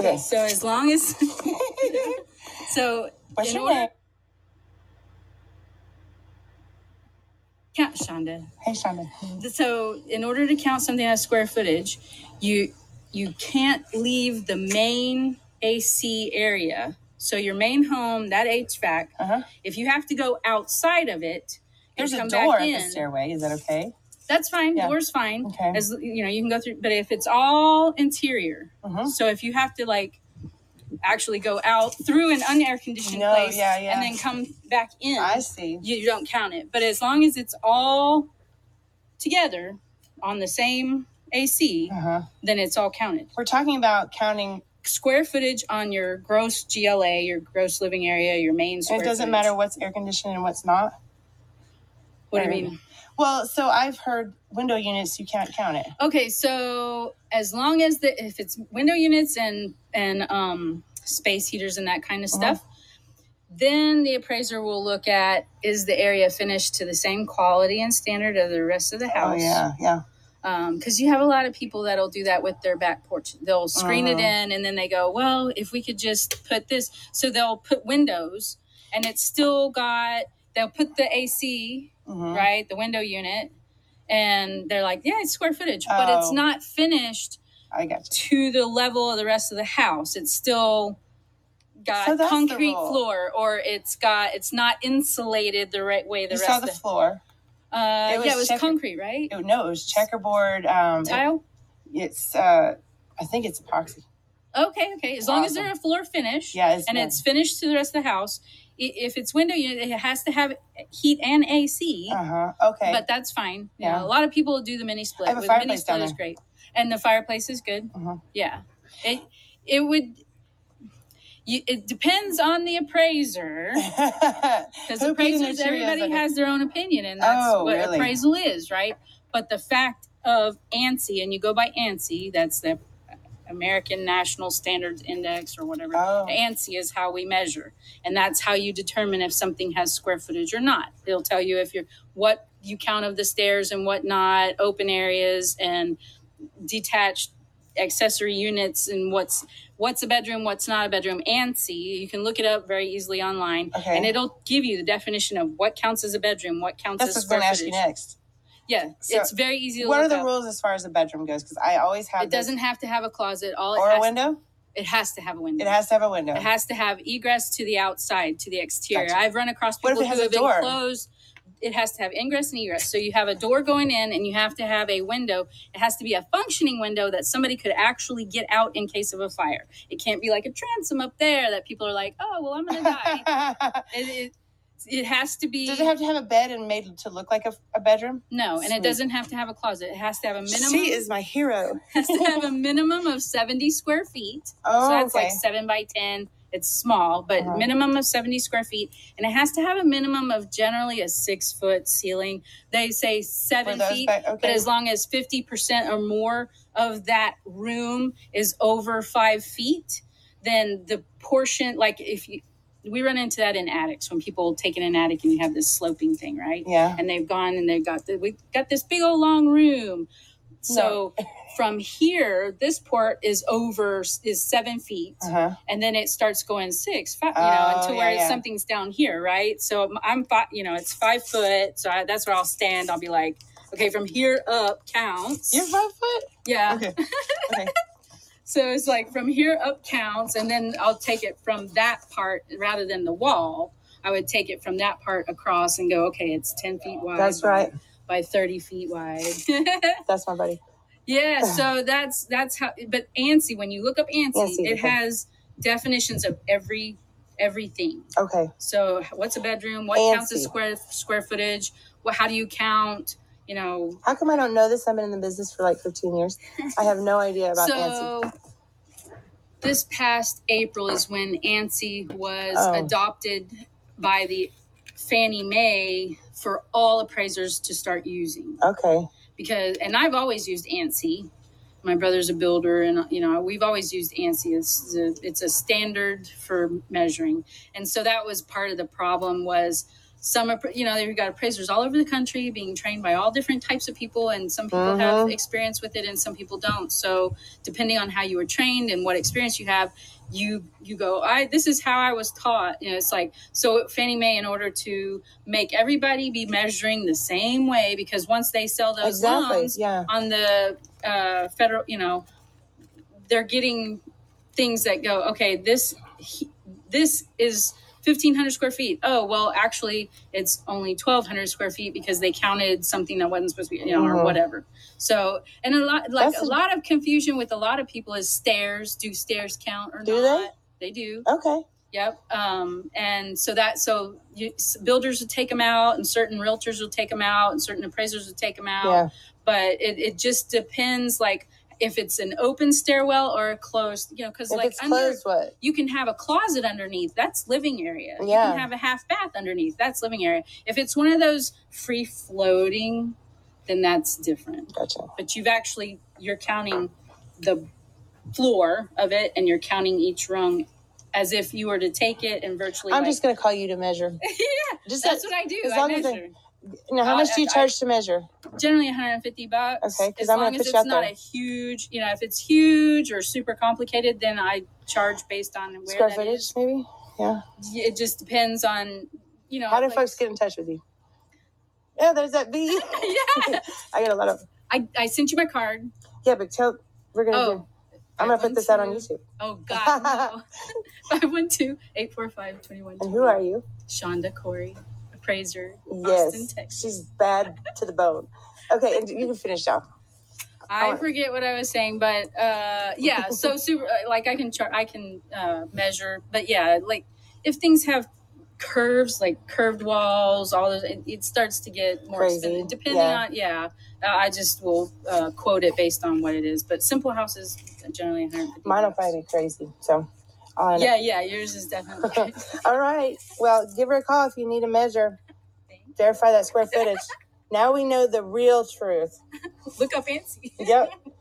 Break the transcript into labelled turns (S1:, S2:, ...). S1: Yes. So as long as so What's in your order, name? count Shonda. Hey Shonda. Th- So in order to count something as square footage, you you can't leave the main AC area. So your main home, that HVAC, uh-huh. if you have to go outside of it, and
S2: There's a
S1: come back
S2: door up the
S1: in,
S2: stairway. Is that okay?
S1: That's fine.
S2: Yeah.
S1: Door's fine.
S2: Okay.
S1: As you know, you can go through. But if it's all interior,
S2: Mm-hmm.
S1: so if you have to like actually go out through an unair conditioned
S2: No,
S1: place
S2: yeah, yeah.
S1: and then come back in,
S2: I see.
S1: you, you don't count it. But as long as it's all together on the same AC,
S2: Uh-huh.
S1: then it's all counted.
S2: We're talking about counting.
S1: Square footage on your gross GLA, your gross living area, your main
S2: It
S1: square
S2: doesn't
S1: footage.
S2: matter what's air conditioned and what's not.
S1: What do
S2: Or-
S1: you mean?
S2: Well, so I've heard window units, you can't count it.
S1: Okay, so as long as the if it's window units and and um, space heaters and that kind of
S2: Mhm.
S1: stuff, then the appraiser will look at is the area finished to the same quality and standard of the rest of the
S2: Oh,
S1: house.
S2: yeah, yeah.
S1: Because you have a lot of people that'll do that with their back porch. They'll screen it
S2: Mhm.
S1: in and then they go, well, if we could just put this. So they'll put windows and it's still got, they'll put the AC,
S2: Mhm.
S1: right? The window unit. And they're like, yeah, it's square footage, but it's
S2: Oh,
S1: not finished
S2: I got you.
S1: to the level of the rest of the house. It's still
S2: So
S1: got
S2: that's the
S1: concrete
S2: rule.
S1: floor or it's got it's not insulated the right way the
S2: You saw
S1: rest
S2: the
S1: of
S2: floor.
S1: uh
S2: It
S1: yeah it
S2: was
S1: was
S2: checker.
S1: concrete right
S2: It, no, it was checkerboard. Um, it,
S1: tile
S2: it's uh, I think it's epoxy.
S1: okay okay as long as
S2: Awesome.
S1: they're a floor finish
S2: Yeah, it's
S1: and
S2: been.
S1: it's finished to the rest of the house I- if it's window unit it has to have heat and ac
S2: Uh huh. Okay.
S1: but that's fine you know
S2: Yeah.
S1: a lot of people do the mini
S2: I
S1: split
S2: have a
S1: with mini
S2: fireplace down
S1: split is
S2: there.
S1: great and the fireplace is good
S2: Uh-huh.
S1: yeah it it would you, it depends on the appraiser because
S2: Who beat in their
S1: appraisers
S2: Cheerios?
S1: everybody
S2: Like,
S1: has their own opinion and that's
S2: oh,
S1: what
S2: really?
S1: appraisal is right but the fact of ansi and you go by ansi that's the american national standards index or whatever
S2: Oh,
S1: ansi is how we measure and that's how you determine if something has square footage or not it'll tell you if you're what you count of the stairs and whatnot open areas and detached accessory units and what's what's a bedroom, what's not a bedroom, and see. You can look it up very easily online, and
S2: okay.
S1: it'll give you the definition of what counts as a bedroom, what counts
S2: That's
S1: as
S2: what's
S1: square
S2: going to ask you
S1: footage.
S2: next.
S1: Yeah,
S2: So,
S1: it's very easy to
S2: what are
S1: look
S2: the
S1: up.
S2: rules as far as the bedroom goes? Because I always
S1: It
S2: have this,
S1: doesn't have to have a closet. All it
S2: or a
S1: has
S2: window.
S1: it has to have a
S2: It
S1: window.
S2: has to have a
S1: It
S2: window.
S1: has to have egress to the outside, to the exterior.
S2: Gotcha.
S1: I've run across
S2: What if
S1: people
S2: it has
S1: who
S2: a
S1: have
S2: door?
S1: enclosed. It has to have ingress and egress. So you have a door going in, and you have to have a window. It has to be a functioning window that somebody could actually get out in case of a fire. It can't be like a transom up there that people are like, "Oh, well, I'm going to die."
S2: Does
S1: It, it, it has to
S2: it
S1: be
S2: have to have a bed and made to look like a, a bedroom?
S1: no, and it
S2: Sweet.
S1: doesn't have to have a closet. It has to have a
S2: She
S1: minimum
S2: is my hero.
S1: has to have a minimum of seventy square feet. So
S2: oh,
S1: that's like
S2: okay.
S1: seven by ten. It's small, but
S2: Uh-huh.
S1: minimum of seventy square feet, and it has to have a minimum of generally a six foot ceiling. They say
S2: For
S1: seven
S2: those,
S1: feet,
S2: but
S1: but
S2: okay.
S1: as long as fifty percent or more of that room is over five feet, then the portion, like if you, we run into that in attics when people take in an attic and you have this sloping thing, right?
S2: Yeah.
S1: And they've gone and they've got the we got this big old long room,
S2: No.
S1: so from here, this port is over is seven
S2: Uh
S1: feet,
S2: huh.
S1: and then it starts going six, five, you know,
S2: Oh,
S1: until
S2: yeah,
S1: where
S2: yeah.
S1: something's down here, right? So I'm, I'm five, you know, it's five foot, so I, that's where I'll stand. I'll be like, okay, from here up
S2: You're
S1: counts,
S2: five foot.
S1: yeah.
S2: Okay. Okay.
S1: So it's like from here up counts, and then I'll take it from that part rather than the wall. I would take it from that part across and go, okay, it's ten feet wide
S2: That's
S1: by
S2: right.
S1: by thirty feet wide.
S2: That's my buddy.
S1: Yeah, so that's that's how. But ANSI, when you look up ANSI,
S2: Yes,
S1: it
S2: okay.
S1: has definitions of every everything.
S2: Okay.
S1: So what's a bedroom? What counts as
S2: Fancy.
S1: square square footage? What how do you count? You know.
S2: How come I don't know this? I've been in the business for like 15 years. I have no idea about Ansi.
S1: So this past April is when ANSI was
S2: Oh,
S1: adopted by the Fannie Mae for all appraisers to start using
S2: okay.
S1: because and I've always used ANSI my brother's a builder and you know we've always used ansi it's a, it's a standard for measuring and so that was part of the problem was some appra- you know you've got appraisers all over the country being trained by all different types of people and some people have
S2: Mhm.
S1: experience with it and some people don't so depending on how you were trained and what experience you have you you go i this is how i was taught you know it's like so fannie mae in order to make everybody be measuring the same way because once they sell those
S2: exactly.
S1: loans
S2: Yeah.
S1: on the uh, federal, you know, they're getting things that go, okay, this he- this is fifteen hundred square feet. Oh, well, actually, it's only twelve hundred square feet because they counted something that wasn't supposed to be, you know, or
S2: Mhm.
S1: whatever. So, and a lot like
S2: That's
S1: a
S2: a-
S1: lot of confusion with a lot of people is stairs. Do stairs count or
S2: Do they?
S1: not? They do.
S2: Okay.
S1: Yep. Um, and so that so you, s- builders will take them out, and certain realtors will take them out, and certain appraisers will take them out
S2: Yeah.
S1: but it, it just depends like if it's an open stairwell or a closed you know because
S2: If
S1: like
S2: it's
S1: under
S2: closed, what?
S1: you can have a closet underneath that's living area you
S2: Yeah.
S1: can have a half bath underneath that's living area if it's one of those free floating then that's different
S2: Gotcha.
S1: but you've actually you're counting the floor of it and you're counting each rung as if you were to take it and virtually
S2: I'm
S1: like-
S2: just gonna call you to measure.
S1: yeah
S2: Just
S1: that's
S2: that,
S1: what i do
S2: as
S1: i
S2: long as I-
S1: measure
S2: now, how
S1: I-
S2: much do you
S1: I-
S2: charge to measure?
S1: generally 150 bucks.
S2: Okay, 'cause
S1: as
S2: I'm
S1: long as
S2: gonna put
S1: it's
S2: you out
S1: not
S2: there.
S1: a huge, you know, if it's huge or super complicated, then I charge based on where
S2: Square
S1: that
S2: footage,
S1: is.
S2: maybe. Yeah.
S1: Y- It just depends on, you know.
S2: How do
S1: like-
S2: folks get in touch with you? Yeah, there's that B.
S1: yeah,
S2: I got a lot of.
S1: I, I sent you my card.
S2: Yeah, but tell we're gonna do.
S1: Oh,
S2: I'm gonna put this out on
S1: 512
S2: YouTube.
S1: Oh God, no. Five one two eight four five twenty one.
S2: And who are you?
S1: Shonda Corey, appraiser, Austin,
S2: Yes,
S1: Texas.
S2: she's bad to the bone. Okay, and you can finish now.
S1: I
S2: Alright.
S1: forget what I was saying, but uh, yeah, so super uh, like I can chart, I can uh, measure, but yeah, like if things have curves, like curved walls, all those, it, it starts to get more
S2: Crazy,
S1: expensive. Depending
S2: yeah.
S1: on yeah, uh, I just will uh, quote it based on what it is. But simple houses are generally 150.
S2: Mine'll
S1: bucks.
S2: probably be crazy. So, on.
S1: Yeah, yeah, yours is definitely.
S2: All right. Well, give her a call if you need a measure. Verify that square footage. now we know the real truth.
S1: Look up fancy.
S2: Yep.